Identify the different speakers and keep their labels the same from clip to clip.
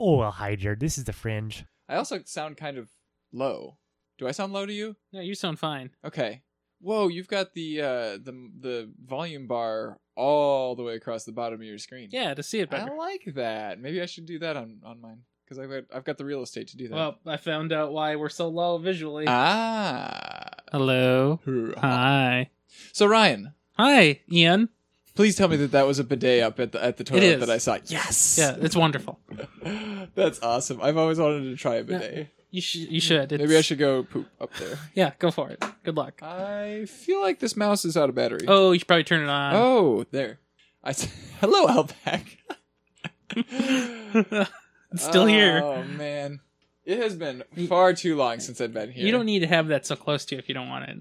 Speaker 1: Oh well, hi Jared. This is the Fringe.
Speaker 2: I also sound kind of low. Do I sound low to you?
Speaker 3: No, you sound fine.
Speaker 2: Okay. Whoa, you've got the uh, the the volume bar all the way across the bottom of your screen.
Speaker 3: Yeah, to see it
Speaker 2: I
Speaker 3: better.
Speaker 2: like that. Maybe I should do that on on mine because I've got I've got the real estate to do that. Uh,
Speaker 3: Well, I found out why we're so low visually.
Speaker 2: ah.
Speaker 3: Hello. Hi.
Speaker 2: So Ryan,
Speaker 3: Hi, Ian.
Speaker 2: please tell me that that was a bidet up at the at the toilet
Speaker 3: is.
Speaker 2: that I saw. Yes.
Speaker 3: Yeah, it's wonderful.
Speaker 2: That's awesome. I've always wanted to try a bidet.
Speaker 3: You should. You should. It's,
Speaker 2: Hmm. Maybe I should Uh, go poop up there.
Speaker 3: Yeah, go for it. Good luck.
Speaker 2: I feel like this mouse is out of battery.
Speaker 3: Oh, you should probably turn it on.
Speaker 2: Oh, there. I s- hello, Outback.
Speaker 3: it's still here.
Speaker 2: Oh man, it has been far too long since I've been here.
Speaker 3: You don't need to have that so close to you if you don't want it.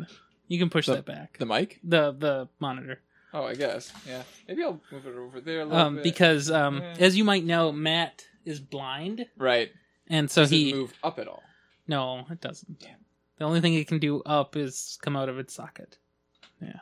Speaker 3: You can push that back.
Speaker 2: the mic.
Speaker 3: The the monitor.
Speaker 2: Oh, I guess. Yeah, maybe I'll move it over there a little
Speaker 3: Um,
Speaker 2: bit.
Speaker 3: because um,
Speaker 2: Yeah.
Speaker 3: as you might know, Matt is blind,
Speaker 2: right,
Speaker 3: and so
Speaker 2: doesn't
Speaker 3: he
Speaker 2: move up at all.
Speaker 3: no, it doesn't. The only thing it can do up is come out of its socket. Yeah.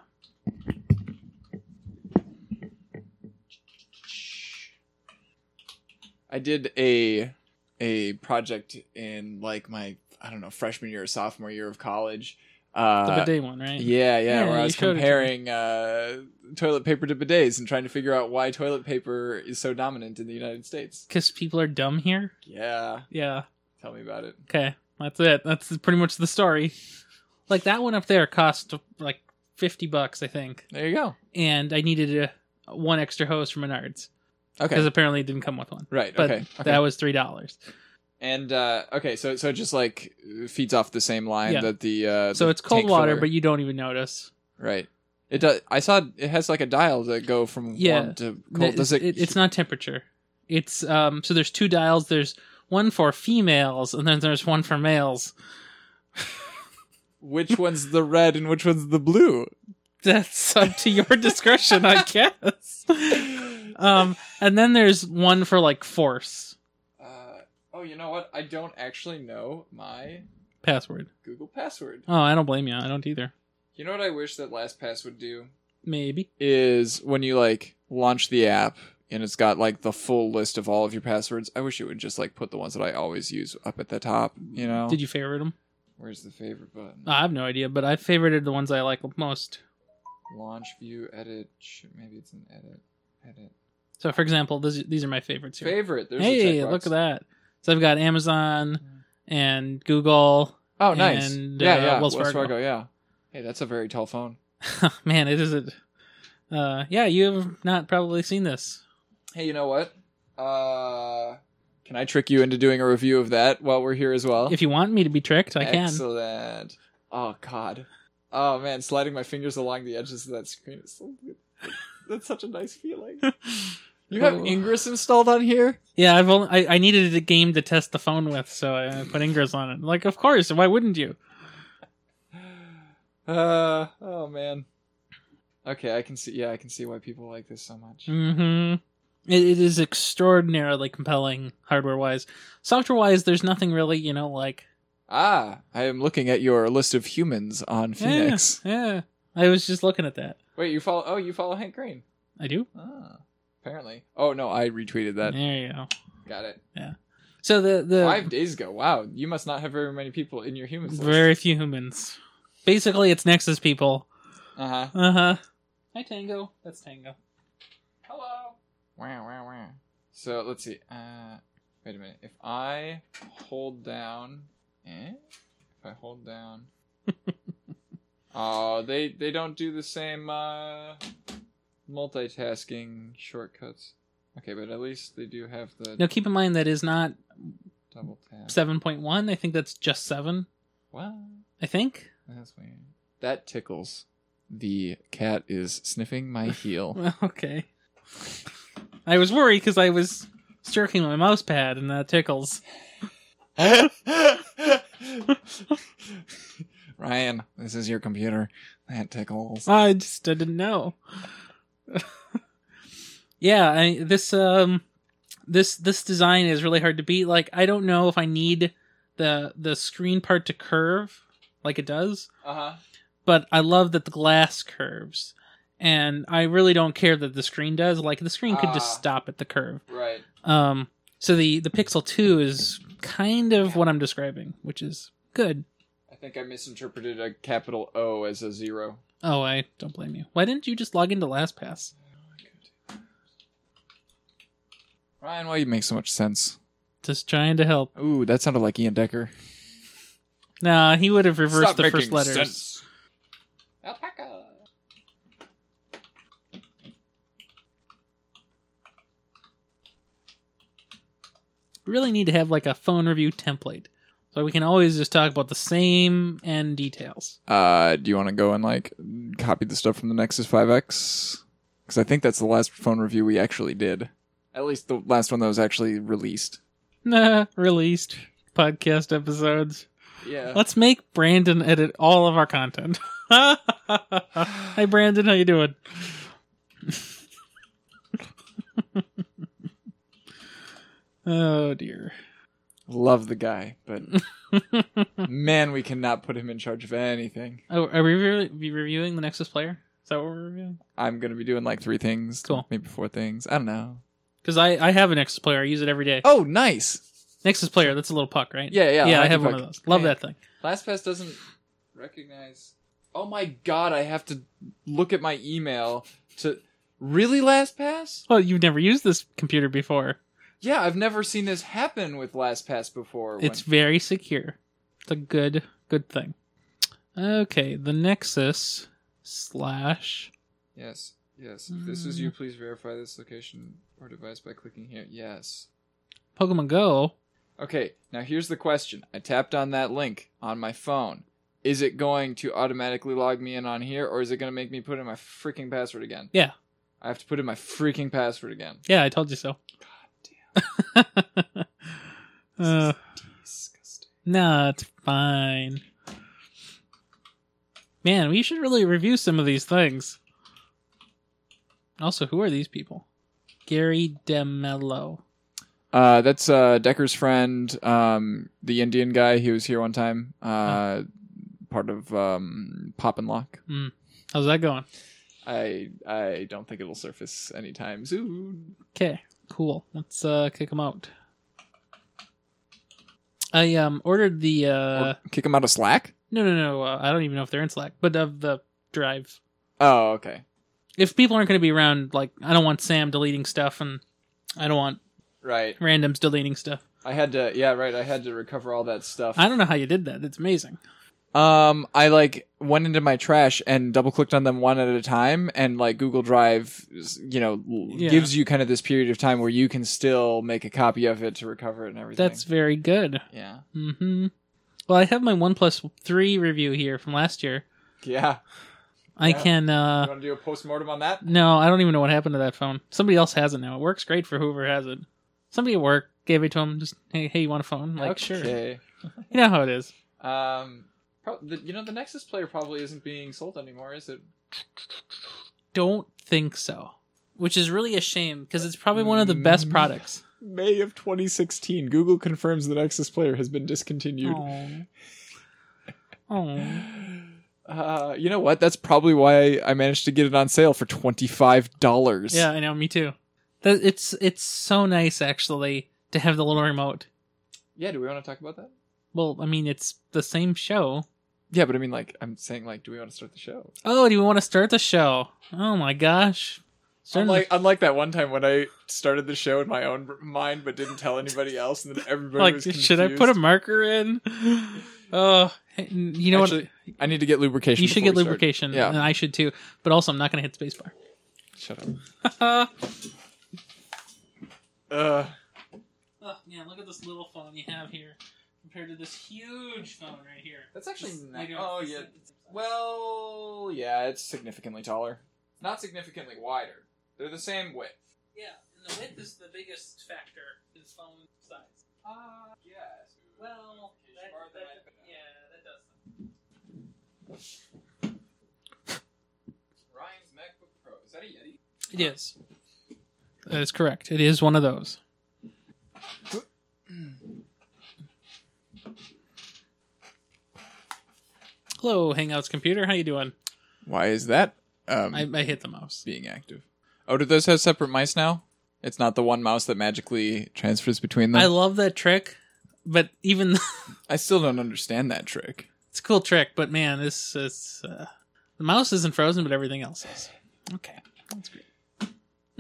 Speaker 2: I did a a project in like my I don't know freshman year or sophomore year of college.
Speaker 3: The
Speaker 2: Uh,
Speaker 3: bidet one, right?
Speaker 2: Yeah, yeah,
Speaker 3: Yeah,
Speaker 2: where I
Speaker 3: you
Speaker 2: was
Speaker 3: showed it to me.
Speaker 2: comparing uh, toilet paper to bidets and trying to figure out why toilet paper is so dominant in the United States.
Speaker 3: Because people are dumb here.
Speaker 2: Yeah,
Speaker 3: Yeah.
Speaker 2: tell me about it.
Speaker 3: Okay. That's it. That's pretty much the story. Like that one up there cost like fifty bucks, I think,
Speaker 2: There you go.
Speaker 3: and I needed a one extra hose from Menards
Speaker 2: Okay.
Speaker 3: because apparently it didn't come with one.
Speaker 2: right.
Speaker 3: But
Speaker 2: okay. okay.
Speaker 3: that was three dollars.
Speaker 2: and uh, okay, so so it just like feeds off the same line
Speaker 3: Yeah.
Speaker 2: that the uh,
Speaker 3: So
Speaker 2: the
Speaker 3: it's cold
Speaker 2: tank
Speaker 3: water,
Speaker 2: filler-
Speaker 3: but you don't even notice.
Speaker 2: right. It does. I saw it has like a dial that go from
Speaker 3: Yeah.
Speaker 2: warm to
Speaker 3: No,
Speaker 2: cold.
Speaker 3: it's-
Speaker 2: Does it?
Speaker 3: it- it's not temperature. It's um. So there's two dials. There's one for females, and then there's one for males.
Speaker 2: which one's the red and which one's the blue?
Speaker 3: That's up to your discretion, I guess. Um, and then there's one for like force
Speaker 2: Uh, oh, you know what? I don't actually know my
Speaker 3: password.
Speaker 2: Google password.
Speaker 3: Oh, I don't blame you. I don't either.
Speaker 2: You know what I wish that LastPass would do
Speaker 3: Maybe.
Speaker 2: is when you like launch the app and it's got like the full list of all of your passwords. I wish it would just like put the ones that I always use up at the top. You know,
Speaker 3: Did you Ah. favorite them?
Speaker 2: where's the favorite button?
Speaker 3: I have no idea, but I favorited the ones I like most.
Speaker 2: launch, view, edit. Shoot, maybe it's an edit. Edit.
Speaker 3: So, for example, this, these are my favorites here.
Speaker 2: Favorite. There's
Speaker 3: hey,
Speaker 2: a checkbox.
Speaker 3: look at that. So I've got Amazon and Google.
Speaker 2: Oh, nice.
Speaker 3: And,
Speaker 2: yeah,
Speaker 3: uh,
Speaker 2: yeah.
Speaker 3: Wells Fargo.
Speaker 2: Yeah. Hey, that's a very tall phone.
Speaker 3: Oh, Man, it isn't. Uh, yeah, you've not probably seen this.
Speaker 2: Hey, you know what? Uh, can I trick you into doing a review of that while we're here as well?
Speaker 3: If you want me to be tricked, I can.
Speaker 2: Excellent. Oh God. Oh man, sliding my fingers along the edges of that screen is so good. That's such a nice feeling. You have
Speaker 3: Oh.
Speaker 2: Ingress installed on here?
Speaker 3: Yeah, I've only I, I needed a game to test the phone with, so I put Ingress on it. Like, of course, why wouldn't you?
Speaker 2: Uh oh man. Okay, I can see yeah, I can see why people like this so much.
Speaker 3: hmm It, it is extraordinarily compelling hardware wise. Software wise, there's nothing really, you know, like
Speaker 2: Ah, I am looking at your list of humans on Phoenix.
Speaker 3: Yeah, yeah. eh, I was just looking at that.
Speaker 2: Wait, you follow oh you follow Hank Green.
Speaker 3: I do.
Speaker 2: Ah. Apparently. Oh no, I retweeted that.
Speaker 3: There you go.
Speaker 2: Got it.
Speaker 3: So the the
Speaker 2: Five days ago. Wow. You must not have very many people in your humans list.
Speaker 3: very few humans. Basically, it's Nexus people.
Speaker 2: uh huh.
Speaker 3: Uh huh. Hi Tango. That's Tango. Hello.
Speaker 2: Wow, wow, wow. So let's see. Uh, wait a minute. If I hold down, eh? If I hold down, oh, they they don't do the same uh, multitasking shortcuts. Okay, but at least they do have the
Speaker 3: Now keep in mind that is not
Speaker 2: double tap.
Speaker 3: seven point one. I think that's just seven.
Speaker 2: What?
Speaker 3: I think.
Speaker 2: That's weird. That tickles. The cat is sniffing my heel.
Speaker 3: Well, okay. I was worried because I was stroking my mouse pad and that tickles.
Speaker 2: Ryan, this is your computer. That tickles.
Speaker 3: I just I didn't know. yeah, I, this um, this this design is really hard to beat. Like, I don't know if I need the the screen part to curve like it does,
Speaker 2: Uh huh.
Speaker 3: but I love that the glass curves, and I really don't care that the screen does. Like, the screen could
Speaker 2: Ah.
Speaker 3: just stop at the curve.
Speaker 2: Right.
Speaker 3: Um, So the the Pixel 2 is kind of what I'm describing, which is good.
Speaker 2: I think I misinterpreted a capital O as a zero.
Speaker 3: Oh, I don't blame you. Why didn't you just log into LastPass?
Speaker 2: Ryan, why you make so much sense?
Speaker 3: Just trying to help.
Speaker 2: Ooh, that sounded like Ian Decker.
Speaker 3: Nah, he would have reversed the first letters.
Speaker 2: Alpaca.
Speaker 3: We really need to have like a phone review template, so we can always just talk about the same end details.
Speaker 2: Uh, do you want to go and like copy the stuff from the Nexus 5X? Because I think that's the last phone review we actually did. At least the last one that was actually released.
Speaker 3: Nah, released podcast episodes.
Speaker 2: Yeah.
Speaker 3: Let's make Brandon edit all of our content. Hi, Brandon. How you doing? oh dear.
Speaker 2: Love the guy, but man, we cannot put him in charge of anything.
Speaker 3: Oh, are we re- be reviewing the Nexus Player? Is that what we're reviewing?
Speaker 2: I'm gonna be doing like three things,
Speaker 3: Cool.
Speaker 2: maybe four things. I don't know.
Speaker 3: Because I, I have a Nexus Player. I use it every day.
Speaker 2: Oh, nice.
Speaker 3: Nexus Player. That's a little puck, right?
Speaker 2: Yeah, yeah.
Speaker 3: Yeah, I
Speaker 2: hockey
Speaker 3: have one
Speaker 2: puck.
Speaker 3: of those. Love
Speaker 2: Hey,
Speaker 3: that thing.
Speaker 2: LastPass doesn't recognize. Oh my god, I have to look at my email to really LastPass.
Speaker 3: Well, you've never used this computer before.
Speaker 2: Yeah, I've never seen this happen with LastPass before. when-
Speaker 3: It's very secure. It's a good good thing. Okay, the Nexus slash
Speaker 2: yes, yes. If this is you,
Speaker 3: Mm.
Speaker 2: please verify this location or device by clicking here. Yes.
Speaker 3: Pokemon Go.
Speaker 2: Okay, now here's the question. I tapped on that link on my phone. Is it going to automatically log me in on here, or is it going to make me put in my freaking password again?
Speaker 3: Yeah.
Speaker 2: I have to put in my freaking password again.
Speaker 3: Yeah, I told you so. uh,
Speaker 2: Disgusting.
Speaker 3: no, it's fine. Man, we should really review some of these things. Also, who are these people? Gary DeMello.
Speaker 2: Uh, that's uh, Decker's friend, um, the Indian guy. He was here one time, uh, part of um, Pop and Lock.
Speaker 3: How's that going?
Speaker 2: I I don't think it'll surface anytime soon.
Speaker 3: Okay, cool. Let's uh kick them out. I um ordered the uh
Speaker 2: Or kick him out of Slack.
Speaker 3: no no no uh, I don't even know if they're in Slack, but of the drive.
Speaker 2: Oh, okay.
Speaker 3: If people aren't going to be around, like I don't want Sam deleting stuff, and I don't want
Speaker 2: Right.
Speaker 3: randoms deleting stuff.
Speaker 2: I had to. Yeah, right. I had to recover all that stuff.
Speaker 3: I don't know how you did that. It's amazing.
Speaker 2: Um, I like went into my trash and double clicked on them one at a time, and like Google Drive, is, you know, l-
Speaker 3: Yeah.
Speaker 2: gives you kind of this period of time where you can still make a copy of it to recover it and everything.
Speaker 3: That's very good.
Speaker 2: yeah,
Speaker 3: Mm-hmm. Well, I have my One Plus Three review here from last year.
Speaker 2: yeah.
Speaker 3: I
Speaker 2: Yeah.
Speaker 3: can uh
Speaker 2: you want to do a post mortem on that?
Speaker 3: No, I don't even know what happened to that phone. Somebody else has it now. It works great for whoever has it. Somebody at work gave it to him. Just hey, hey, you want a phone? I'm like sure.
Speaker 2: okay.
Speaker 3: You know how it is.
Speaker 2: sure. Um, pro- the, you know, the Nexus player probably isn't being sold anymore, is it?
Speaker 3: Don't think so. Which is really a shame because it's probably one of the best
Speaker 2: Mm.
Speaker 3: products.
Speaker 2: May of 2016, Google confirms the Nexus player has been discontinued.
Speaker 3: Oh,
Speaker 2: Uh, you know what? That's probably why I managed to get it on sale for twenty five dollars.
Speaker 3: yeah, I know. Me too. That it's it's so nice actually to have the little remote.
Speaker 2: Yeah. Do we want to talk about that?
Speaker 3: Well, I mean, it's the same show.
Speaker 2: Yeah, but I mean, like, I'm saying, like, do we want to start the show?
Speaker 3: Oh, do we want to start the show? Oh my gosh! Starting the-
Speaker 2: Unlike, unlike that one time when I started the show in my own mind, but didn't tell anybody else, and then everybody
Speaker 3: like
Speaker 2: was confused.
Speaker 3: should I put a marker in? Oh, you know
Speaker 2: Actually, I need to get
Speaker 3: what?
Speaker 2: lubrication.
Speaker 3: You should
Speaker 2: before
Speaker 3: get
Speaker 2: we start.
Speaker 3: lubrication,
Speaker 2: Yeah.
Speaker 3: and I should too. But also, I'm not going to hit spacebar.
Speaker 2: Shut up. Uh,
Speaker 3: oh, yeah, look at this little phone you have here compared to this huge phone right here.
Speaker 2: that's actually. Ni- oh yeah. Well, yeah, it's significantly taller. Not significantly wider. They're the same width.
Speaker 3: yeah. And the width is the biggest factor in phone size.
Speaker 2: Uh, yes.
Speaker 3: Well,
Speaker 2: that- that- yeah,
Speaker 3: that does.
Speaker 2: Ryan's MacBook Pro. Is that a Yeti?
Speaker 3: It is. That is correct. It is one of those. Hello, Hangouts computer. How you doing?
Speaker 2: Why is that? Um,
Speaker 3: I, I hit the mouse.
Speaker 2: being active. Oh, do those have separate mice now? It's not the one mouse that magically transfers between them.
Speaker 3: I
Speaker 2: I
Speaker 3: love that trick, but even
Speaker 2: still don't understand that trick.
Speaker 3: it's a cool trick, but man, this it's uh, the mouse isn't frozen, but everything else is. Okay.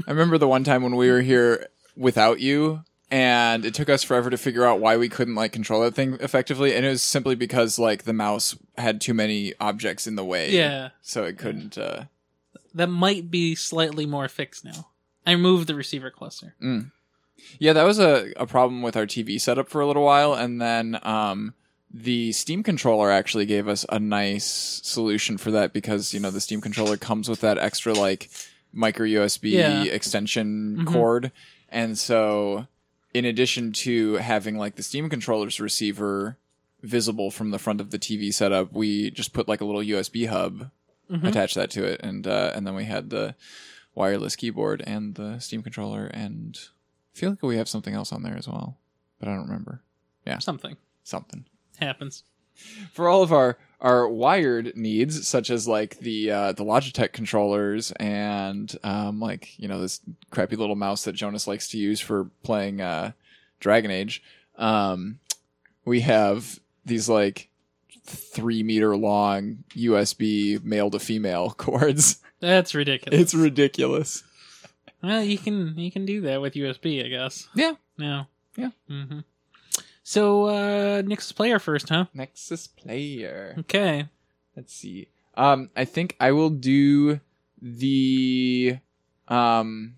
Speaker 2: I remember the one time when we were here without you, and it took us forever to figure out why we couldn't like control that thing effectively, and it was simply because like the mouse had too many objects in the way.
Speaker 3: Yeah,
Speaker 2: So it couldn't. Uh,
Speaker 3: that might be slightly more fixed now. I removed the receiver cluster.
Speaker 2: Yeah, that was a, a problem with our TV setup for a little while, and then um, the Steam controller actually gave us a nice solution for that because you know the Steam controller comes with that extra like micro USB
Speaker 3: Yeah.
Speaker 2: extension
Speaker 3: Mhm.
Speaker 2: cord, and so in addition to having like the Steam controller's receiver visible from the front of the TV setup, we just put like a little USB hub,
Speaker 3: Mhm.
Speaker 2: attached that to it, and uh, and then we had the wireless keyboard and the Steam controller, and I feel like we have something else on there as well, but I don't remember
Speaker 3: Something
Speaker 2: something.
Speaker 3: happens.
Speaker 2: For all of our our wired needs, such as like the uh, the Logitech controllers and um, like you know this crappy little mouse that Jonas likes to use for playing uh, Dragon Age, um, we have these like three meter long USB male to female cords.
Speaker 3: That's ridiculous.
Speaker 2: It's ridiculous.
Speaker 3: Well, you can you can do that with USB, I guess.
Speaker 2: Yeah.
Speaker 3: No.
Speaker 2: Yeah.
Speaker 3: Mm-hmm. So uh Nick's player first, huh?
Speaker 2: Nexus player.
Speaker 3: Okay.
Speaker 2: Let's see. Um, I think I will do the um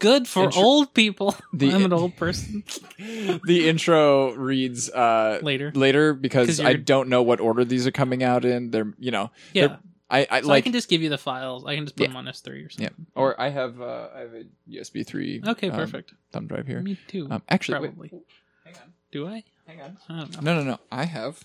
Speaker 3: Good for
Speaker 2: Intro-
Speaker 3: old people.
Speaker 2: The-
Speaker 3: I'm an old person.
Speaker 2: the intro reads uh
Speaker 3: Later.
Speaker 2: later
Speaker 3: 'Cause
Speaker 2: because
Speaker 3: you're-
Speaker 2: I don't know what order these are coming out in. They're you know
Speaker 3: Yeah.
Speaker 2: they're- I I
Speaker 3: so I
Speaker 2: like
Speaker 3: can just give you the files. I can just put
Speaker 2: Yeah.
Speaker 3: them on S3 or
Speaker 2: Yeah.
Speaker 3: something.
Speaker 2: or I have uh I have a USB three
Speaker 3: Okay,
Speaker 2: um,
Speaker 3: perfect.
Speaker 2: thumb drive here.
Speaker 3: Me too.
Speaker 2: Um, actually, wait.
Speaker 3: probably.
Speaker 2: hang on,
Speaker 3: Do I?
Speaker 2: hang on.
Speaker 3: I don't know.
Speaker 2: No, no, no. I have.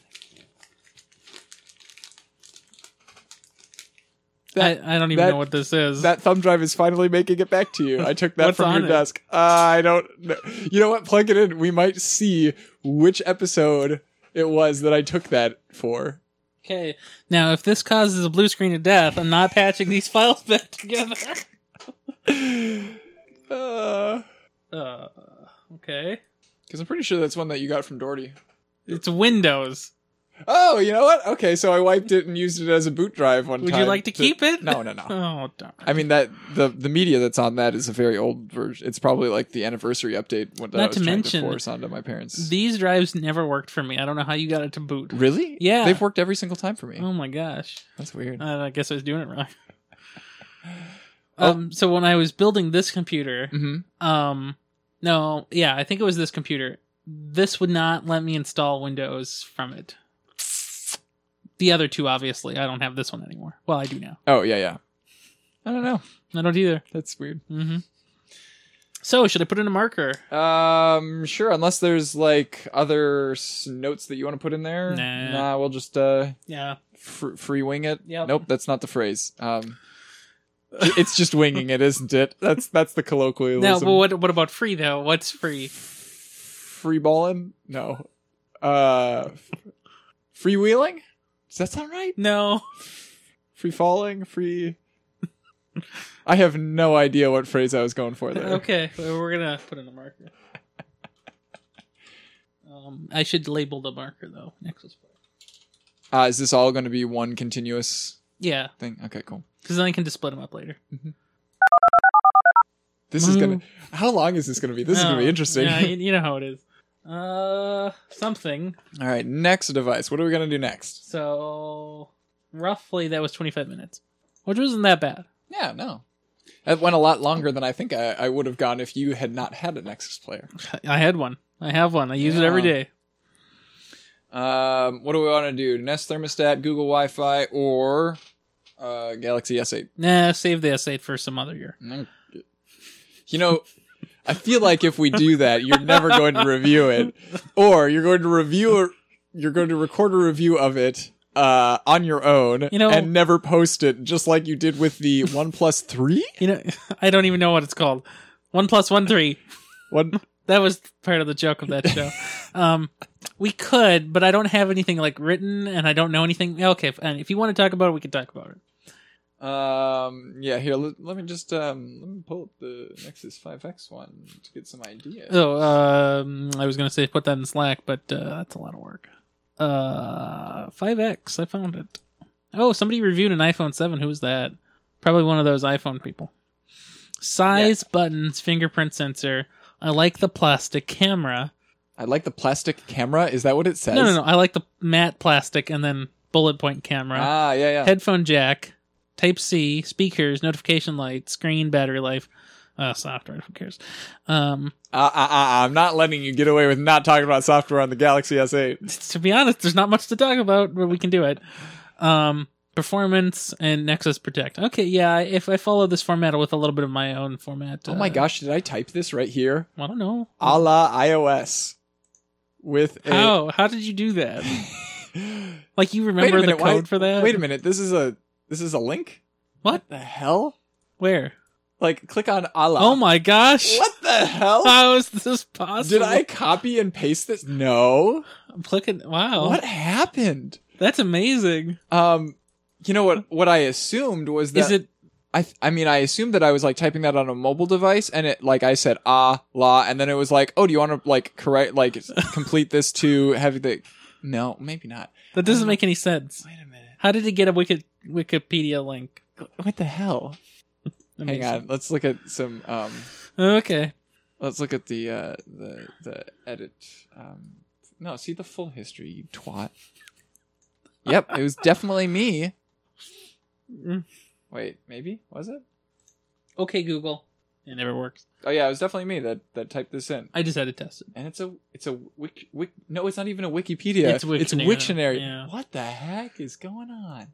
Speaker 2: That-
Speaker 3: I, I don't even
Speaker 2: that-
Speaker 3: know what this is.
Speaker 2: That thumb drive is finally making it back to you. I took that
Speaker 3: What's
Speaker 2: from
Speaker 3: on
Speaker 2: your
Speaker 3: it?
Speaker 2: desk. Uh, I don't know. You know what? Plug it in. We might see which episode it was that I took that for.
Speaker 3: okay. Now, if this causes a blue screen of death, I'm not patching these files back together.
Speaker 2: Because
Speaker 3: Uh, okay.
Speaker 2: I'm pretty sure that's one that you got from Doherty.
Speaker 3: It's Windows.
Speaker 2: Oh, you know what? Okay, so I wiped it and used it as a boot drive one
Speaker 3: Would
Speaker 2: time.
Speaker 3: you like to keep it?
Speaker 2: No, no, no.
Speaker 3: Oh, darn.
Speaker 2: I mean that the the media that's on that is a very old version. It's probably like the anniversary update that I
Speaker 3: Not
Speaker 2: was
Speaker 3: to
Speaker 2: trying
Speaker 3: mention,
Speaker 2: to force onto my parents.
Speaker 3: These drives never worked for me. I don't know how you got it to boot.
Speaker 2: Really?
Speaker 3: Yeah.
Speaker 2: They've worked every single time for me.
Speaker 3: Oh my gosh.
Speaker 2: That's weird.
Speaker 3: Uh, I guess I was doing it wrong.
Speaker 2: Oh.
Speaker 3: Um, so when I was building this computer,
Speaker 2: mm-hmm.
Speaker 3: um, no, yeah, I think it was this computer. This would not let me install Windows from it. The other two, obviously, I don't have this one anymore. Well, I do now.
Speaker 2: Oh yeah, yeah. I don't know.
Speaker 3: I don't either.
Speaker 2: That's weird.
Speaker 3: hmm So should I put in a marker?
Speaker 2: Um, sure. Unless there's like other s- notes that you want to put in there.
Speaker 3: Nah.
Speaker 2: Nah, we'll just uh
Speaker 3: Yeah.
Speaker 2: fr- free wing it.
Speaker 3: Yep.
Speaker 2: Nope, that's not the phrase. Um, j- it's just winging it, isn't it? That's that's the colloquialism.
Speaker 3: Now, but what what about free though? What's free?
Speaker 2: Free balling? No. Uh, f- freewheeling? Does that sound right?
Speaker 3: No.
Speaker 2: Free falling? Free. I have no idea what phrase I was going for there.
Speaker 3: Okay, well, we're gonna put in a marker. Um, I should label the marker though. Nexus. four.
Speaker 2: Uh, is this all going to be one continuous
Speaker 3: Yeah,
Speaker 2: thing? Okay, cool.
Speaker 3: because then I can just split them up later.
Speaker 2: This is gonna.
Speaker 3: Mm.
Speaker 2: How long is this gonna be? This is gonna
Speaker 3: Oh,
Speaker 2: be interesting.
Speaker 3: Yeah, you, you know how it is. Uh, something.
Speaker 2: All right, next device. What are we gonna do next?
Speaker 3: So roughly that was 25 minutes, which wasn't that bad.
Speaker 2: Yeah, no, that went a lot longer than I think I, I would have gone if you had not had a Nexus player.
Speaker 3: I had one. I have one. I use it every
Speaker 2: Yeah.
Speaker 3: day.
Speaker 2: Um, what do we want to do? Nest thermostat, Google Wi-Fi, or uh, Galaxy S8?
Speaker 3: Nah, save the S8 for some other year.
Speaker 2: Mm. You know, I feel like if we do that, you're never going to review it, or you're going to review a, you're going to record a review of it uh, on your own,
Speaker 3: You know-
Speaker 2: and never post it, just like you did with the One Plus Three.
Speaker 3: You know, I don't even know what it's called. One plus one three.
Speaker 2: One.
Speaker 3: That was part of the joke of that show. um, we could, but I don't have anything like written, and I don't know anything. Okay, if, and if you want to talk about it, we can talk about it.
Speaker 2: Um, yeah, here, let, let me just um, let me pull up the Nexus 5X one to get some idea.
Speaker 3: Oh, um, I was gonna say put that in Slack, but uh, that's a lot of work. Uh, five X, I found it. Oh, somebody reviewed an iPhone seven. Who was that? Probably one of those iPhone people. Size, buttons, fingerprint sensor. I like the plastic camera.
Speaker 2: I like the plastic camera. Is that what it says?
Speaker 3: No, no, no. I like the matte plastic and then bullet point camera.
Speaker 2: Ah, yeah, yeah.
Speaker 3: headphone jack, Type C, speakers, notification light, screen, battery life, uh, software. Who cares? Um,
Speaker 2: Uh, uh, uh, I'm not letting you get away with not talking about software on the Galaxy S8.
Speaker 3: to be honest, there's not much to talk about, but we can do it. Um, performance and Nexus Protect. Okay, yeah. If I follow this format with a little bit of my own format,
Speaker 2: Oh my
Speaker 3: uh,
Speaker 2: gosh, did I type this right here?
Speaker 3: I don't know.
Speaker 2: A la iOS. With a.
Speaker 3: How how did you do that? Like you remember
Speaker 2: wait a minute,
Speaker 3: the
Speaker 2: why-
Speaker 3: code for that?
Speaker 2: Wait a minute, this is a this is a link?
Speaker 3: What?
Speaker 2: The hell?
Speaker 3: Where?
Speaker 2: Like, click on a la.
Speaker 3: Oh my Ah, gosh!
Speaker 2: What the hell?
Speaker 3: How is this possible?
Speaker 2: Did I copy and paste this? No.
Speaker 3: click it? Wow,
Speaker 2: What happened?
Speaker 3: that's amazing.
Speaker 2: Um, you know what? What I assumed was that
Speaker 3: Is it
Speaker 2: I, th- I mean, I assumed that I was like typing that on a mobile device, and it like I said ah la, and then it was like, oh, do you want to like correct like s- complete this to have the? No, maybe not.
Speaker 3: that doesn't make any sense?
Speaker 2: Uh-huh. Wait a minute.
Speaker 3: How did it get a Wiki- Wikipedia link?
Speaker 2: What the hell?
Speaker 3: Amazing.
Speaker 2: Hang on. Let's look at some. Um,
Speaker 3: Okay.
Speaker 2: let's look at the uh, the the edit. Um, no, see the full history, you twat. Yep, it was definitely me.
Speaker 3: Mm.
Speaker 2: Wait, maybe was it?
Speaker 3: Okay, Google. It never works.
Speaker 2: Oh yeah, it was definitely me that that typed this in.
Speaker 3: I just had to test it.
Speaker 2: and it's a it's a wik, wik no it's not even a wikipedia
Speaker 3: It's Wiktionary.
Speaker 2: Wiktionary.
Speaker 3: Yeah.
Speaker 2: what the heck is going on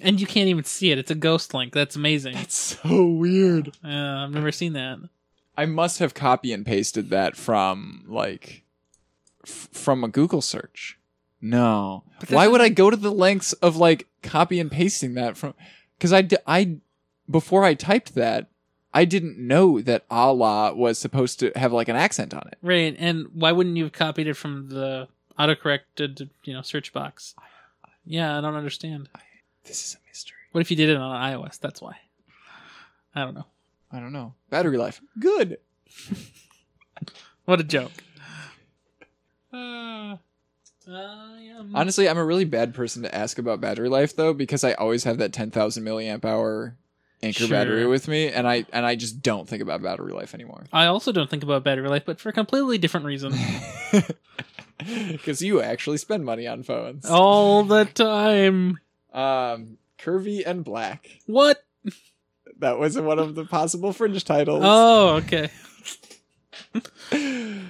Speaker 3: And you can't even see it. It's a ghost link. That's amazing.
Speaker 2: that's so weird
Speaker 3: Uh, I've never seen that.
Speaker 2: i must have copy and pasted that from like f- from a google search no
Speaker 3: But
Speaker 2: why
Speaker 3: that's-
Speaker 2: would i go to the lengths of like copy and pasting that from because I, d- I before i typed that i didn't know that allah was supposed to have like an accent on it
Speaker 3: Right. And why wouldn't you have copied it from the autocorrected, you know, search box? Yeah, I don't understand.
Speaker 2: this is a mystery
Speaker 3: What if you did it on iOS? That's why. I don't know.
Speaker 2: i don't know battery life good
Speaker 3: What a joke. Uh, I am-
Speaker 2: Honestly, I'm a really bad person to ask about battery life though, because I always have that 10,000 milliamp hour anchor
Speaker 3: Sure.
Speaker 2: battery with me, and I and I just don't think about battery life anymore.
Speaker 3: I also don't think about battery life, but for a completely different reason.
Speaker 2: Because you actually spend money on phones.
Speaker 3: All the time.
Speaker 2: Um, curvy and black.
Speaker 3: What?
Speaker 2: That was one of the possible fringe titles.
Speaker 3: Oh, okay.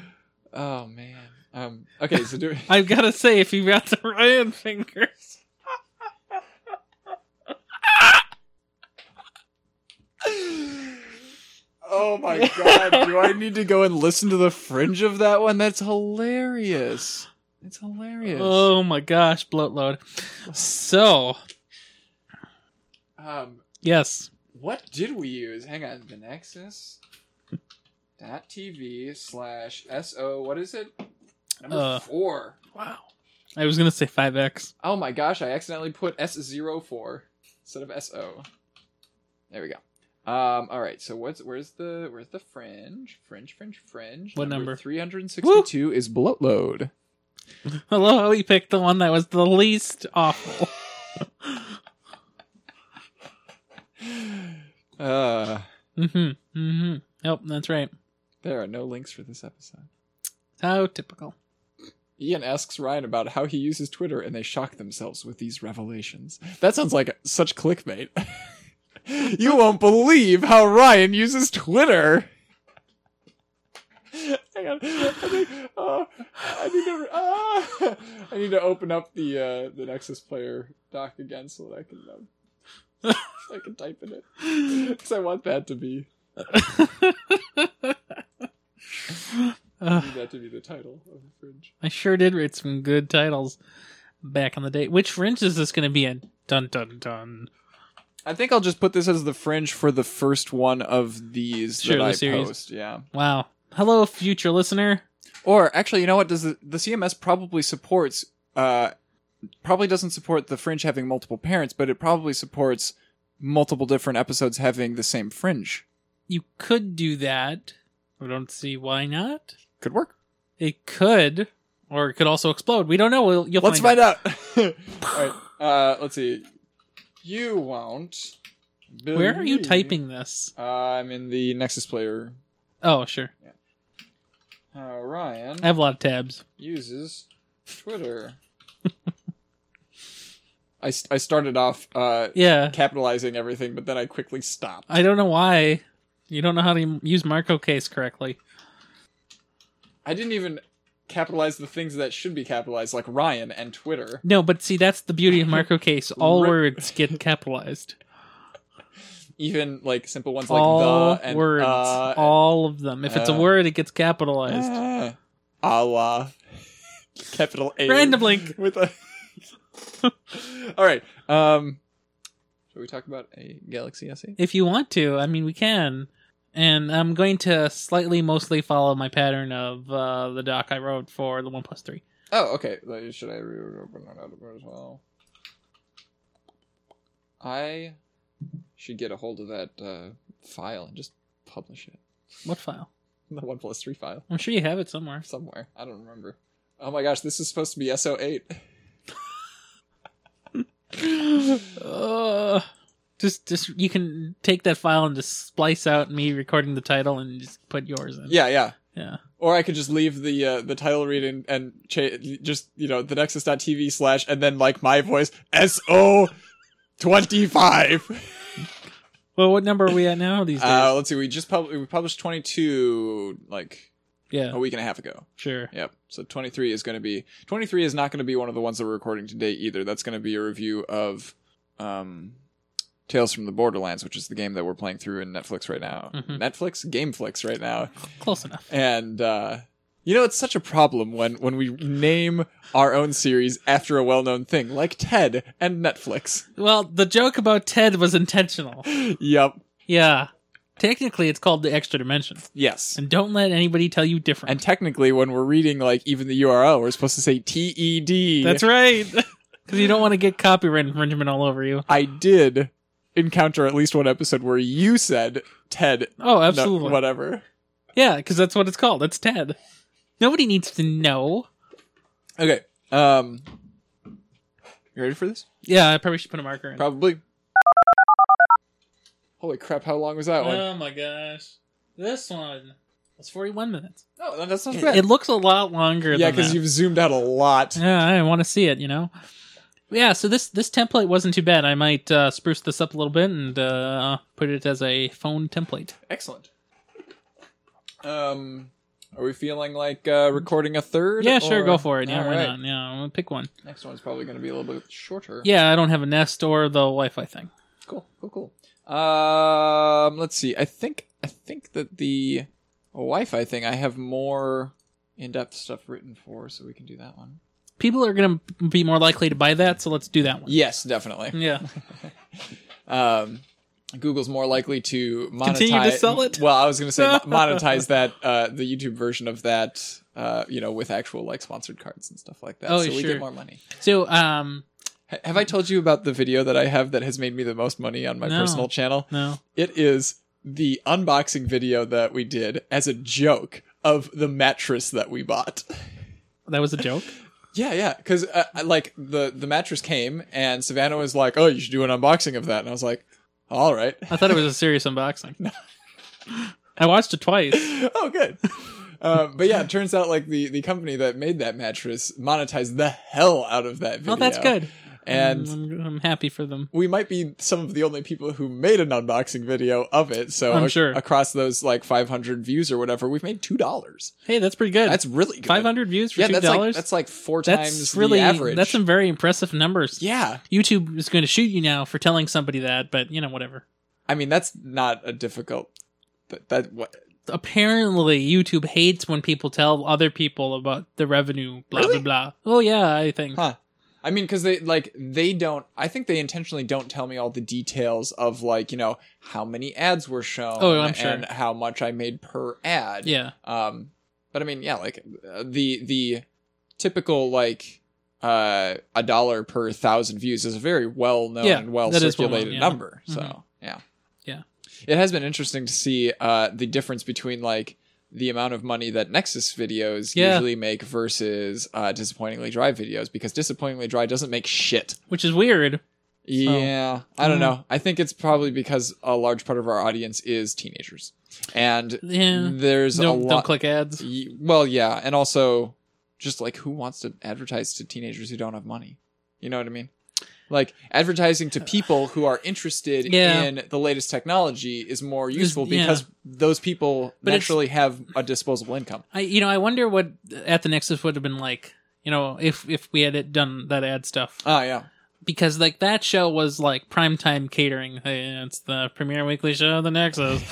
Speaker 2: oh man. Um, okay, so do
Speaker 3: I've got to say, if you've got the Ryan fingers,
Speaker 2: Oh my god, do I need to go and listen to the fringe of that one? That's hilarious. It's hilarious.
Speaker 3: oh my gosh, bloat load. So,
Speaker 2: Um,
Speaker 3: yes,
Speaker 2: what did we use? Hang on, the Nexus. Dot TV slash so what is it? Number
Speaker 3: Uh.
Speaker 2: four.
Speaker 3: wow. I was gonna say five X.
Speaker 2: Oh my gosh, I accidentally put S04 instead of SO. There we go. Um, all right, so what's where's the where's the fringe? Fringe, fringe, fringe.
Speaker 3: What number?
Speaker 2: 362 is bloat load.
Speaker 3: I love how he picked the one that was the least awful.
Speaker 2: Uh
Speaker 3: Mm-hmm. Mm-hmm. Yep, that's right.
Speaker 2: there are no links for this episode.
Speaker 3: How typical.
Speaker 2: Ian asks Ryan about how he uses Twitter and they shock themselves with these revelations. That sounds like such clickbait. you won't believe how Ryan uses Twitter. Hang on. I, think, oh, I, need to, ah. I need to open up the uh, the Nexus player doc again so that I can um, so I can type in it because I want that to be I
Speaker 3: Uh,
Speaker 2: need that to be the title of the fridge.
Speaker 3: I sure did read some good titles back in the day. Which fringe is this gonna be in? Dun dun dun.
Speaker 2: I think I'll just put this as the fringe for the first one of these
Speaker 3: Sure,
Speaker 2: that
Speaker 3: the
Speaker 2: I
Speaker 3: series.
Speaker 2: post. Yeah.
Speaker 3: Wow. Hello, future listener.
Speaker 2: Or actually, you know what? Does the, the CMS probably supports? Uh, probably doesn't support the fringe having multiple parents, but it probably supports multiple different episodes having the same fringe.
Speaker 3: You could do that. I don't see why not.
Speaker 2: Could work.
Speaker 3: It could, or it could also explode. We don't know. We'll, you'll
Speaker 2: Let's
Speaker 3: find
Speaker 2: find out. All right. Uh, let's see. You won't.
Speaker 3: out. Where are you
Speaker 2: believe-
Speaker 3: typing this?
Speaker 2: Uh, I'm in the Nexus player.
Speaker 3: Oh, sure.
Speaker 2: Uh, Ryan
Speaker 3: I have a lot of tabs.
Speaker 2: uses Twitter. I, st- I started off uh,
Speaker 3: Yeah.
Speaker 2: capitalizing everything, but then I quickly stopped.
Speaker 3: I don't know why. You don't know how to m- use Marco case correctly.
Speaker 2: I didn't even capitalize the things that should be capitalized, like Ryan and Twitter.
Speaker 3: No, but see, that's the beauty of Marco case. All
Speaker 2: Right.
Speaker 3: words get capitalized.
Speaker 2: Even like simple ones
Speaker 3: all
Speaker 2: like the and
Speaker 3: words.
Speaker 2: uh,
Speaker 3: all of them. If it's a
Speaker 2: uh,
Speaker 3: word, it gets
Speaker 2: and,
Speaker 3: capitalized.
Speaker 2: uh, Allah, capital A.
Speaker 3: Random link.
Speaker 2: with a. All right. Um, should we talk about a Galaxy E? essay?
Speaker 3: If you want to, I mean, we can. And I'm going to slightly, mostly follow my pattern of uh, the doc I wrote for the One Plus Three.
Speaker 2: Oh, okay. Like, Should I reopen that up as well? I should get a hold of that uh, file and just publish it.
Speaker 3: What file?
Speaker 2: The one plus three file
Speaker 3: I'm sure you have it somewhere.
Speaker 2: somewhere. I don't remember. Oh my gosh, this is supposed to be oh SO8.
Speaker 3: uh, just, just you can take that file and just splice out me recording the title and just put yours in.
Speaker 2: Yeah, yeah.
Speaker 3: yeah.
Speaker 2: Or I could just leave the uh, the title read and, and cha- just you know the nexus.tv slash and then like my voice so twenty five.
Speaker 3: Well, what number are we at now these days?
Speaker 2: Uh, let's see, we just pub- we published twenty two like
Speaker 3: yeah,
Speaker 2: a week and a half ago.
Speaker 3: sure.
Speaker 2: Yep. So 23 is going to be 23 is not going to be one of the ones that we're recording today either. That's going to be a review of um Tales from the Borderlands, which is the game that we're playing through in Netflix right now.
Speaker 3: Mhm.
Speaker 2: Netflix Gameflix right now.
Speaker 3: Close enough.
Speaker 2: And uh you know it's such a problem when when we name our own series after a well-known thing like Ted and Netflix.
Speaker 3: Well, the joke about Ted was intentional.
Speaker 2: Yep.
Speaker 3: Yeah. Technically, it's called the extra dimension.
Speaker 2: Yes.
Speaker 3: And don't let anybody tell you different.
Speaker 2: And technically when we're reading like even the URL, we're supposed to say T E D.
Speaker 3: That's right. Because you don't want to get copyright infringement all over you.
Speaker 2: I did encounter at least one episode where you said Ted,
Speaker 3: Oh,
Speaker 2: no,
Speaker 3: absolutely.
Speaker 2: whatever.
Speaker 3: yeah, because that's what it's called. It's Ted. Nobody needs to know.
Speaker 2: Okay. Um, you ready for this?
Speaker 3: Yeah, I probably should put a marker in.
Speaker 2: Probably. Holy crap! How long was that one?
Speaker 3: Oh my gosh. This one. It's 41 minutes.
Speaker 2: No, that's not
Speaker 3: It,
Speaker 2: bad.
Speaker 3: it looks a lot longer
Speaker 2: yeah,
Speaker 3: than that.
Speaker 2: because you've zoomed out a lot.
Speaker 3: Yeah, I want to see it, you know. Yeah, so this this template wasn't too bad. I might uh, spruce this up a little bit and uh, put it as a phone template.
Speaker 2: Excellent. Um, are we feeling like uh, recording a third?
Speaker 3: Yeah, sure,
Speaker 2: or-
Speaker 3: go for it. Yeah,
Speaker 2: All
Speaker 3: why
Speaker 2: right.
Speaker 3: not? Yeah, I'm gonna pick one.
Speaker 2: Next one's probably going to be a little bit shorter.
Speaker 3: Yeah, I don't have a Nest or the Wi-Fi thing.
Speaker 2: Cool, cool, cool. Um, let's see. I think I think that the Wi-Fi thing I have more in-depth stuff written for, so we can do that one.
Speaker 3: People are gonna be more likely to buy that, so let's do that one.
Speaker 2: Yes, definitely.
Speaker 3: Yeah,
Speaker 2: Um, Google's more likely to monetize.
Speaker 3: Continue to sell it?
Speaker 2: Well, I was going to say mo- monetize that uh, the YouTube version of that. Uh, you know, with actual like sponsored cards and stuff like that,
Speaker 3: Oh,
Speaker 2: so we
Speaker 3: sure.
Speaker 2: get more money.
Speaker 3: So, um,
Speaker 2: H- have I told you about the video that I have that has made me the most money on my
Speaker 3: No.
Speaker 2: personal channel?
Speaker 3: no,
Speaker 2: It is the unboxing video that we did as a joke of the mattress that we bought.
Speaker 3: that was a joke.
Speaker 2: Yeah, yeah, because uh, I- like the the mattress came and Savannah was like, "Oh, you should do an unboxing of that," and I was like, "All right,
Speaker 3: I thought it was a serious unboxing. I watched it twice.
Speaker 2: oh good." Um, but yeah, it turns out like the, the company that made that mattress monetized the hell out of that video.
Speaker 3: Oh, that's good. Mm.
Speaker 2: And
Speaker 3: I'm, I'm happy for them.
Speaker 2: we might be some of the only people who made an unboxing video of it. So
Speaker 3: I'm
Speaker 2: ac-
Speaker 3: sure.
Speaker 2: across those like 500 views or whatever, we've made two dollars.
Speaker 3: Hey, that's pretty good.
Speaker 2: That's really good.
Speaker 3: five hundred views for
Speaker 2: Yeah,
Speaker 3: two
Speaker 2: that's like
Speaker 3: dollars.
Speaker 2: that's like four times
Speaker 3: really
Speaker 2: the average.
Speaker 3: that's some very impressive numbers.
Speaker 2: yeah.
Speaker 3: YouTube is going to shoot you now for telling somebody that, but you know whatever.
Speaker 2: I mean, that's not a difficult. That, that what?
Speaker 3: Apparently, YouTube hates when people tell other people about the revenue. Blah
Speaker 2: Really?
Speaker 3: blah blah. Oh yeah, I think.
Speaker 2: Huh. I mean, because they like they don't. I think they intentionally don't tell me all the details of like you know how many ads were shown.
Speaker 3: Oh, I'm sure.
Speaker 2: And how much I made per ad.
Speaker 3: Yeah.
Speaker 2: Um. But I mean, yeah, like uh, the the typical like uh, a dollar per thousand views is a very well known
Speaker 3: Yeah,
Speaker 2: and well
Speaker 3: that is well known,
Speaker 2: circulated
Speaker 3: yeah.
Speaker 2: number. So
Speaker 3: Mhm.
Speaker 2: yeah,
Speaker 3: Yeah.
Speaker 2: it has been interesting to see uh, the difference between like the amount of money that Nexus videos
Speaker 3: Yeah.
Speaker 2: usually make versus uh, disappointingly dry videos because disappointingly dry doesn't make shit.
Speaker 3: which is weird.
Speaker 2: Yeah, I don't
Speaker 3: Mm.
Speaker 2: know. I think it's probably because a large part of our audience is teenagers, and
Speaker 3: Yeah,
Speaker 2: Mm, there's a
Speaker 3: don't,
Speaker 2: lot.
Speaker 3: don't click ads.
Speaker 2: Y- Well, yeah, and also just like who wants to advertise to teenagers who don't have money? You know what I mean? Like advertising to people who are interested
Speaker 3: Yeah.
Speaker 2: in the latest technology is more
Speaker 3: Is-
Speaker 2: useful
Speaker 3: yeah.
Speaker 2: because those people
Speaker 3: But it's-
Speaker 2: naturally have a disposable income.
Speaker 3: I you know I wonder what at the Nexus would have been like. You know, if if we had it done that ad stuff,
Speaker 2: Oh yeah.
Speaker 3: because like that show was like primetime catering. Hey, it's the premiere weekly show of the Nexus.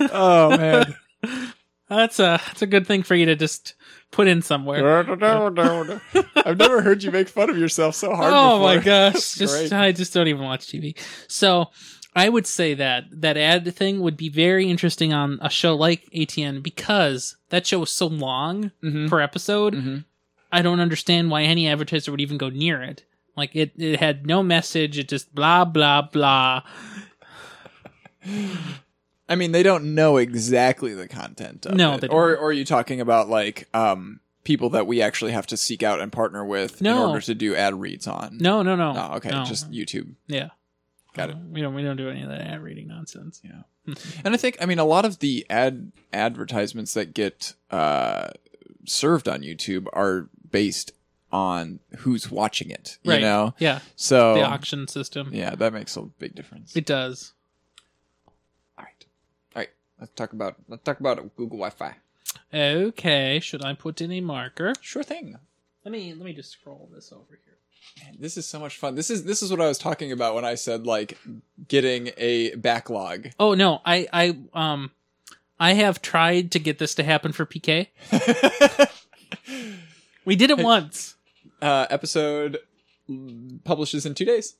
Speaker 2: oh man.
Speaker 3: that's a that's a good thing for you to just put in somewhere.
Speaker 2: I've never heard you make fun of yourself so hard
Speaker 3: Oh my
Speaker 2: before.
Speaker 3: gosh,
Speaker 2: That's
Speaker 3: just
Speaker 2: great.
Speaker 3: I just don't even watch TV. So I would say that that ad thing would be very interesting on a show like ATN because that show was so long
Speaker 2: Mhm.
Speaker 3: per episode.
Speaker 2: Mhm.
Speaker 3: I don't understand why any advertiser would even go near it. Like it, it had no message. It just blah blah blah.
Speaker 2: I mean, they don't know exactly the content of
Speaker 3: No,
Speaker 2: it.
Speaker 3: they don't.
Speaker 2: Or, or are you talking about like um, people that we actually have to seek out and partner with
Speaker 3: No.
Speaker 2: in order to do ad reads on?
Speaker 3: No, no, no.
Speaker 2: Oh, okay,
Speaker 3: no.
Speaker 2: just YouTube.
Speaker 3: yeah.
Speaker 2: Got it.
Speaker 3: We don't we don't do any of that ad reading nonsense.
Speaker 2: And I think, I mean, a lot of the ad advertisements that get uh, served on YouTube are based on who's watching it. You
Speaker 3: Right.
Speaker 2: know,
Speaker 3: Yeah.
Speaker 2: so
Speaker 3: The auction system.
Speaker 2: yeah, that makes a big difference.
Speaker 3: It does.
Speaker 2: All right, all right. Let's talk about let's talk about Google Wi-Fi.
Speaker 3: Okay. Should I put in a marker?
Speaker 2: Sure thing.
Speaker 3: Let me let me just scroll this over here.
Speaker 2: This is so much fun. This is this is what I was talking about when I said like getting a backlog.
Speaker 3: Oh no, I I um I have tried to get this to happen for PK. We did it once.
Speaker 2: uh, episode mm, publishes in two days.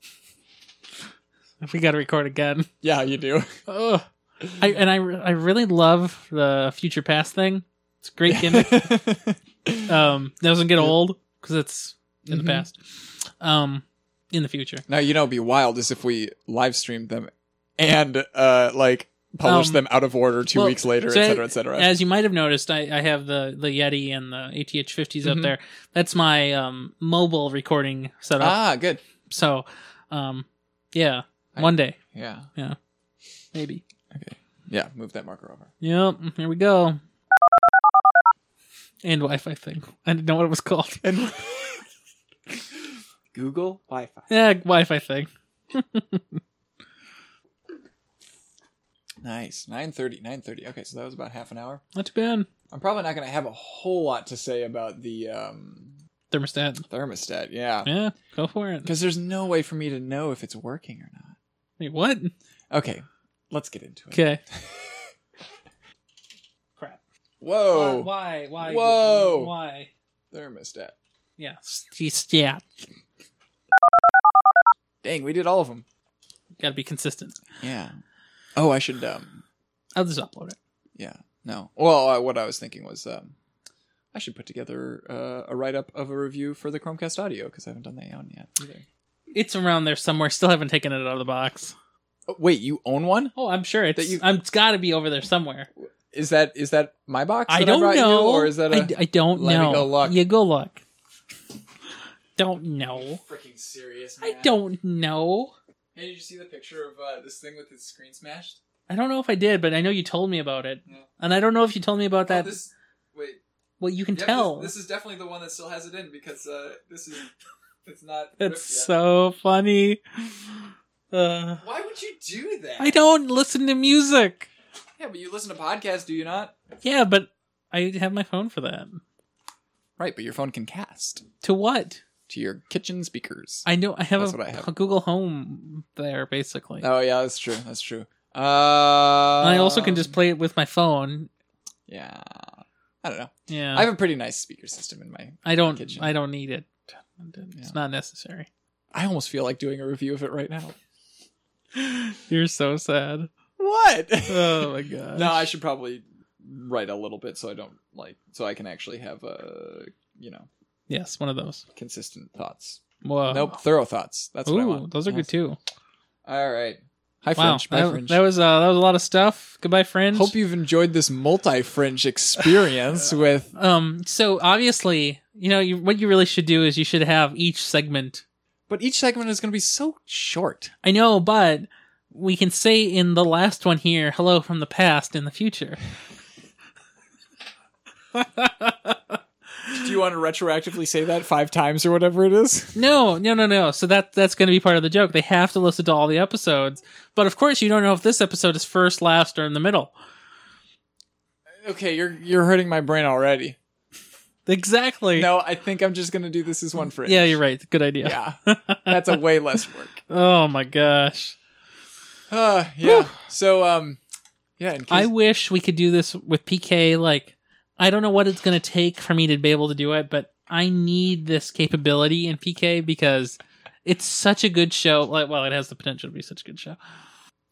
Speaker 3: We got to record again.
Speaker 2: Yeah, you do.
Speaker 3: Ugh. I and I re- I really love the future past thing. It's a great gimmick. um, doesn't get old because it's in
Speaker 2: Mhm.
Speaker 3: the past. Um, in the future.
Speaker 2: now you know, it'd be wild is if we live streamed them and uh, like published
Speaker 3: Um,
Speaker 2: them out of order two
Speaker 3: well,
Speaker 2: weeks later,
Speaker 3: so I-
Speaker 2: etc., etc.
Speaker 3: As you might have noticed, I, I have the, the Yeti and the ATH 50s up
Speaker 2: Mhm.
Speaker 3: there. That's my um, mobile recording setup.
Speaker 2: ah, good.
Speaker 3: so, um, yeah,
Speaker 2: I-
Speaker 3: one day,
Speaker 2: Yeah,
Speaker 3: maybe.
Speaker 2: yeah. Move that marker over.
Speaker 3: Yep, here we go. And Wi Fi thing. I didn't know what it was called.
Speaker 2: And Google Wi-Fi.
Speaker 3: Yeah, Wi Fi thing.
Speaker 2: Nice. 9.30, 9.30. Okay, so that was about half an hour.
Speaker 3: Not too bad.
Speaker 2: I'm probably not going to have a whole lot to say about the um,
Speaker 3: Thermostat.
Speaker 2: thermostat. Yeah.
Speaker 3: Yeah, go for it.
Speaker 2: Because there's no way for me to know if it's working or not.
Speaker 3: Wait, what?
Speaker 2: Okay, let's get into it.
Speaker 3: Okay. Crap.
Speaker 2: Whoa.
Speaker 3: Why? Why?
Speaker 2: Whoa.
Speaker 3: Why?
Speaker 2: Thermostat.
Speaker 3: Yeah. Yeah.
Speaker 2: Dang, we did all of them.
Speaker 3: Gotta be consistent.
Speaker 2: Yeah. Oh, I should. um
Speaker 3: I'll just upload it.
Speaker 2: Yeah. No. Well, uh, what I was thinking was um I should put together uh, a write up of a review for the Chromecast audio because I haven't done that one yet either.
Speaker 3: It's around there somewhere. Still haven't taken it out of the box.
Speaker 2: Oh, wait, you own one?
Speaker 3: Oh, I'm sure it's.
Speaker 2: That you-
Speaker 3: I'm, it's got to be over there somewhere.
Speaker 2: Is that is that my box?
Speaker 3: I
Speaker 2: that
Speaker 3: don't
Speaker 2: brought you,
Speaker 3: know.
Speaker 2: or is that
Speaker 3: I
Speaker 2: a
Speaker 3: d- I don't
Speaker 2: Let me
Speaker 3: know.
Speaker 2: go look.
Speaker 3: You go look. Don't know.
Speaker 2: freaking serious?
Speaker 3: I don't know.
Speaker 2: Hey, did you see the picture of uh, this thing with its screen smashed?
Speaker 3: I don't know if I did, but I know you told me about it,
Speaker 2: Yeah. Oh,
Speaker 3: and I don't know if you told me about that.
Speaker 2: this. Wait.
Speaker 3: well, you can
Speaker 2: Yep,
Speaker 3: tell.
Speaker 2: This, this is definitely the one that still has it in because uh, this is it's not. ripped
Speaker 3: That's
Speaker 2: yet.
Speaker 3: so funny. Uh,
Speaker 2: Why would you do that?
Speaker 3: I don't listen to music.
Speaker 2: Yeah, but you listen to podcasts, do you not?
Speaker 3: Yeah, but I have my phone for that.
Speaker 2: Right, but your phone can cast
Speaker 3: To what?
Speaker 2: to your kitchen speakers.
Speaker 3: I know I have,
Speaker 2: That's
Speaker 3: a,
Speaker 2: what I have.
Speaker 3: a Google Home there, basically.
Speaker 2: Oh yeah, that's true. That's true. Uh,
Speaker 3: And
Speaker 2: I
Speaker 3: I also can
Speaker 2: um,
Speaker 3: just play it with my phone.
Speaker 2: Yeah, I don't know.
Speaker 3: Yeah,
Speaker 2: I have a pretty nice speaker system in my.
Speaker 3: I don't.
Speaker 2: kitchen.
Speaker 3: I don't need it. It's
Speaker 2: Yeah.
Speaker 3: not necessary.
Speaker 2: I almost feel like doing a review of it right now.
Speaker 3: You're so sad.
Speaker 2: What?
Speaker 3: Oh my god.
Speaker 2: no, I should probably write a little bit so I don't like so I can actually have a you know,
Speaker 3: Yes, one of those.
Speaker 2: consistent thoughts.
Speaker 3: Whoa.
Speaker 2: Nope, thorough thoughts. That's what I
Speaker 3: Uh-huh. Ooh,
Speaker 2: want.
Speaker 3: those are
Speaker 2: Yes.
Speaker 3: good too.
Speaker 2: All right. Hi,
Speaker 3: Wow,
Speaker 2: Fringe. Bye,
Speaker 3: that,
Speaker 2: Fringe.
Speaker 3: that was uh, that was a lot of stuff. Goodbye, friends.
Speaker 2: Hope you've enjoyed this multi-fringe experience with
Speaker 3: Um. So obviously, you know, you, what you really should do is you should have each segment.
Speaker 2: But each segment is going to be so short.
Speaker 3: I know, but we can say in the last one here, "Hello from the past" in the future.
Speaker 2: Do you want to retroactively say that five times or whatever it is?
Speaker 3: No, no, no, no. So that that's going to be part of the joke. They have to listen to all the episodes, but of course, you don't know if this episode is first, last, or in the middle.
Speaker 2: Okay, you're you're hurting my brain already.
Speaker 3: Exactly.
Speaker 2: No, I think I'm just going to do this as one fringe.
Speaker 3: Yeah, you're right. Good idea.
Speaker 2: Yeah, that's a way less work.
Speaker 3: Oh my gosh.
Speaker 2: Uh, yeah. So, um, yeah. In case,
Speaker 3: I wish we could do this with PK. Like, I don't know what it's going to take for me to be able to do it, but I need this capability in PK because it's such a good show. Like, well, it has the potential to be such a good show.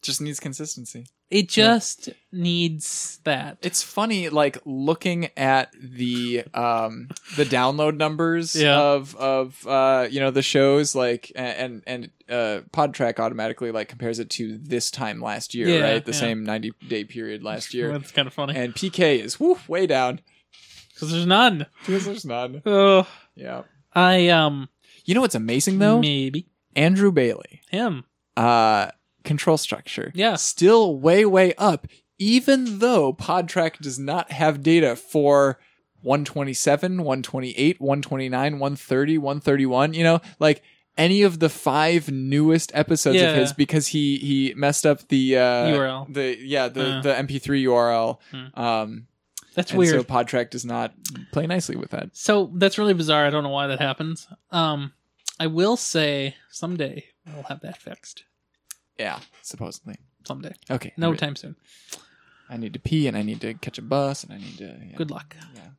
Speaker 2: just needs consistency.
Speaker 3: It just needs that.
Speaker 2: It's funny, like looking at the um the download numbers
Speaker 3: Yeah.
Speaker 2: of of uh you know the shows like and and uh PodTrack automatically like compares it to this time last year,
Speaker 3: Yeah,
Speaker 2: right? The
Speaker 3: yeah.
Speaker 2: same ninety day period last year.
Speaker 3: That's kind of funny
Speaker 2: and PK is woof way down
Speaker 3: because there's none.
Speaker 2: because there's none.
Speaker 3: Oh,
Speaker 2: Yeah.
Speaker 3: I um
Speaker 2: You know what's amazing though?
Speaker 3: maybe
Speaker 2: Andrew Bailey,
Speaker 3: him.
Speaker 2: uh, control structure.
Speaker 3: Yeah.
Speaker 2: Still way way up, even though PodTrack does not have data for. 127, 128, 129, 130, 131, you know, like any of the five newest episodes
Speaker 3: Yeah.
Speaker 2: of his because he he messed up the uh
Speaker 3: URL.
Speaker 2: the yeah, the
Speaker 3: Uh.
Speaker 2: the MP3 URL.
Speaker 3: Hmm.
Speaker 2: Um
Speaker 3: That's
Speaker 2: and
Speaker 3: weird.
Speaker 2: so PodTrack does not play nicely with that.
Speaker 3: So that's really bizarre. I don't know why that happens. Um, I will say someday we'll have that fixed.
Speaker 2: Yeah, supposedly.
Speaker 3: Someday,
Speaker 2: Okay.
Speaker 3: no
Speaker 2: wait.
Speaker 3: time soon.
Speaker 2: I need to pee and I need to catch a bus and I need to. Yeah.
Speaker 3: Good luck.
Speaker 2: Yeah.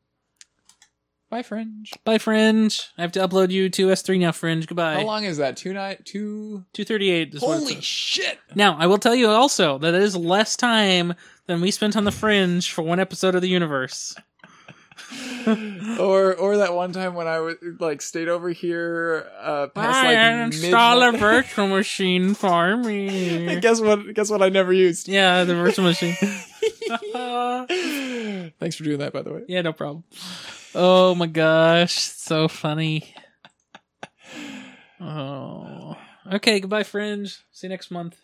Speaker 2: Bye, Fringe.
Speaker 3: Bye, Fringe. I have to upload you to S3 now, Fringe. Goodbye.
Speaker 2: How long is that? Two night. Two.
Speaker 3: Two thirty-eight. Is what it
Speaker 2: Holy
Speaker 3: says.
Speaker 2: shit!
Speaker 3: Now, I will tell you also that it is less time than we spent on the Fringe for one episode of the universe.
Speaker 2: or or that one time when I was like stayed over here uh, past
Speaker 3: I
Speaker 2: like
Speaker 3: install a
Speaker 2: midnight.
Speaker 3: virtual machine for me.
Speaker 2: And guess what? Guess what? I never used.
Speaker 3: yeah, the virtual machine. yeah,
Speaker 2: Thanks for doing that, by the way.
Speaker 3: no problem. Oh my gosh, so funny. Oh. Okay, goodbye, Fringe. See you next month.